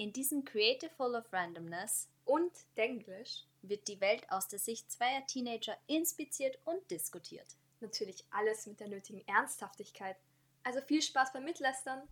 In diesem Creativeful of Randomness und Denglisch wird die Welt aus der Sicht zweier Teenager inspiziert und diskutiert. natürlich alles mit der nötigen Ernsthaftigkeit. Also viel Spaß beim Mitlästern